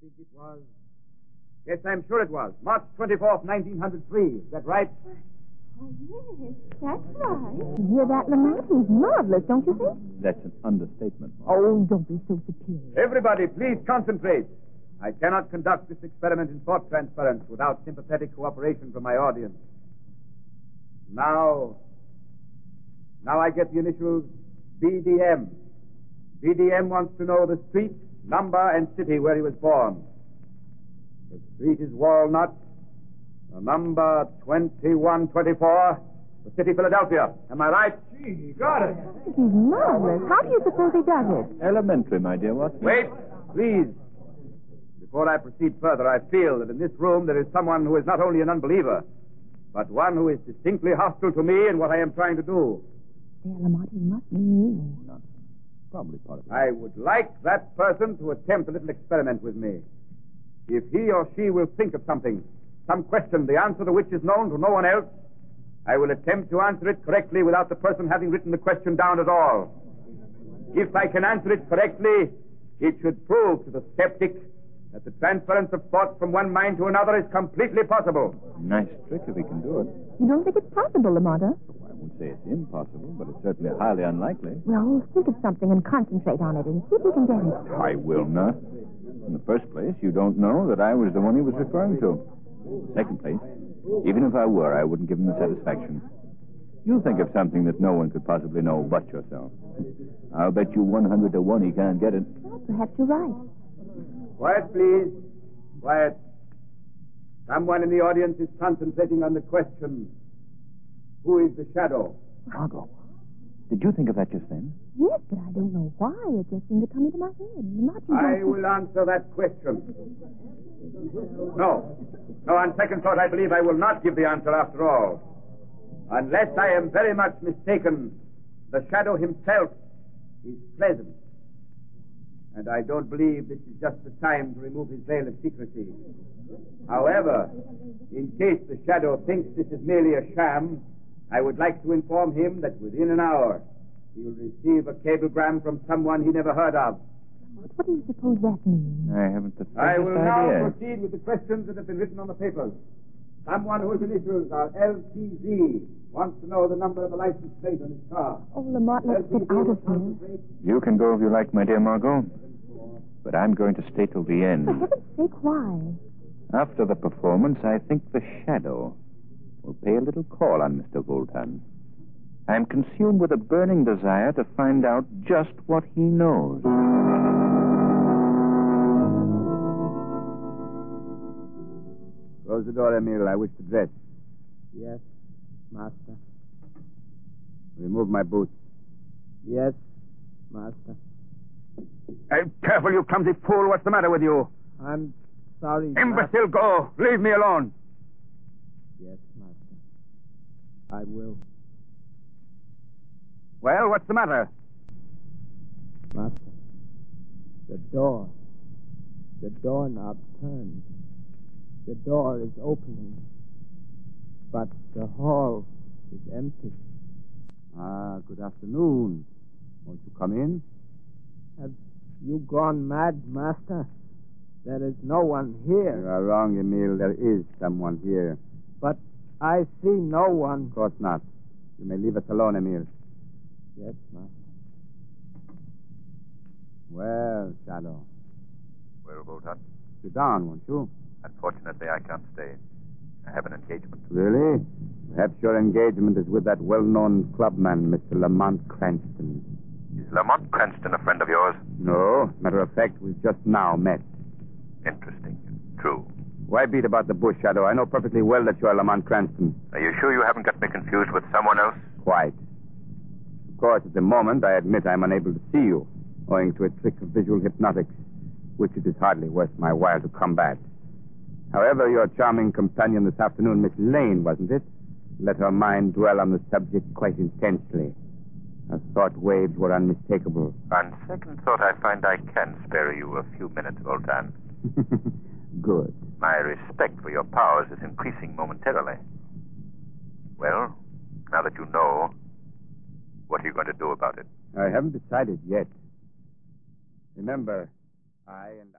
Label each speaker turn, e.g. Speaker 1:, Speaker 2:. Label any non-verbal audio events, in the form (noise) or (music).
Speaker 1: think it was. Yes, I'm sure it was. March 24th, 1903. Is that right?
Speaker 2: Oh, yes, that's right.
Speaker 3: You hear that, Lamont? He's marvelous, don't you think?
Speaker 4: That's an understatement.
Speaker 3: Oh, don't be so superior.
Speaker 1: Everybody, please concentrate. I cannot conduct this experiment in thought transference without sympathetic cooperation from my audience. Now, now I get the initials BDM. BDM wants to know the street, number, and city where he was born. The street is Walnut, the number 2124, the city Philadelphia. Am I right?
Speaker 5: Gee, he got it.
Speaker 3: He's marvelous. How do you suppose he does it?
Speaker 4: Elementary, my dear Watson.
Speaker 1: Wait, please. Before I proceed further, I feel that in this room there is someone who is not only an unbeliever, but one who is distinctly hostile to me and what I am trying to do.
Speaker 3: There, Lamont, he must be new.
Speaker 4: Probably part of it.
Speaker 1: I would like that person to attempt a little experiment with me. If he or she will think of something, some question, the answer to which is known to no one else, I will attempt to answer it correctly without the person having written the question down at all. If I can answer it correctly, it should prove to the skeptic that the transference of thought from one mind to another is completely possible.
Speaker 4: Nice trick if he can do it.
Speaker 3: You don't think it's possible, Lamont? huh?
Speaker 4: I won't say it's impossible, but it's certainly highly unlikely.
Speaker 3: Well, think of something and concentrate on it and see if you can get it.
Speaker 4: I will not. In the first place, you don't know that I was the one he was referring to. Second place, even if I were, I wouldn't give him the satisfaction. You think of something that no one could possibly know but yourself. (laughs) I'll bet you 100 to 1 he can't get it.
Speaker 3: Well, perhaps you're right.
Speaker 1: Quiet, please. Quiet. Someone in the audience is concentrating on the question Who is the shadow?
Speaker 4: Margot, did you think of that just then?
Speaker 3: Yes, but I don't know why. It just seemed to come into my head. Lamont, you
Speaker 1: I
Speaker 3: don't...
Speaker 1: will answer that question. No. No, on second thought, I believe I will not give the answer after all. Unless I am very much mistaken, the shadow himself is pleasant. And I don't believe this is just the time to remove his veil of secrecy. However, in case the shadow thinks this is merely a sham, I would like to inform him that within an hour he will receive a cablegram from someone he never heard of.
Speaker 3: What do you suppose that means?
Speaker 4: I haven't the faintest
Speaker 1: I will now
Speaker 4: idea.
Speaker 1: proceed with the questions that have been written on the papers. Someone whose initials are LTZ wants to know the number of a license plate on his car.
Speaker 3: Oh, Lamont, let's get out of here.
Speaker 4: You can go if you like, my dear Margot. But I'm going to stay till the
Speaker 3: For (laughs)
Speaker 4: end.
Speaker 3: heaven's sake, why?
Speaker 4: After the performance, I think the shadow will pay a little call on Mr. Goldhahn. I'm consumed with a burning desire to find out just what he knows.
Speaker 1: Rosadora Emil, I wish to dress.
Speaker 6: Yes, master.
Speaker 1: Remove my boots.
Speaker 6: Yes, master.
Speaker 1: Hey, careful, you clumsy fool. What's the matter with you?
Speaker 6: I'm sorry. master.
Speaker 1: Imbecile, go. Leave me alone.
Speaker 6: Yes, master. I will,
Speaker 1: Well, what's the matter?
Speaker 6: master. The door. The doorknob turned. The door is opening. But the hall is empty.
Speaker 1: Ah, good afternoon. Won't you come in?
Speaker 6: Have you gone mad, master? There is no one
Speaker 1: You
Speaker 6: here.
Speaker 1: are wrong, Emil. There is someone here.
Speaker 6: But I see no one.
Speaker 1: Of course not. You may leave us alone, Emil.
Speaker 6: Yes, master.
Speaker 1: Well, Shadow,
Speaker 7: Well, Bolton,
Speaker 1: sit down, won't you?
Speaker 7: unfortunately, I can't stay. I have an engagement.
Speaker 1: Really? Perhaps your engagement is with that well-known clubman, Mr. Lamont Cranston.
Speaker 7: Is Lamont Cranston a friend of yours?
Speaker 1: No, matter of fact, we've just now met.
Speaker 7: Interesting. True.
Speaker 1: Why beat about the bush, Shadow? I know perfectly well that you are Lamont Cranston.
Speaker 7: Are you sure you haven't got me confused with someone else?
Speaker 1: Quite. Of course, at the moment, I admit I'm unable to see you, owing to a trick of visual hypnotics, which it is hardly worth my while to combat. However, your charming companion this afternoon, Miss Lane, wasn't it? Let her mind dwell on the subject quite intensely. Her thought waves were unmistakable. (laughs)
Speaker 7: On second thought, I find I can spare you a few minutes, Bolton.
Speaker 1: Good.
Speaker 7: My respect for your powers is increasing momentarily. Well, now that you know, what are you going to do about it?
Speaker 1: I haven't decided yet. Remember, I and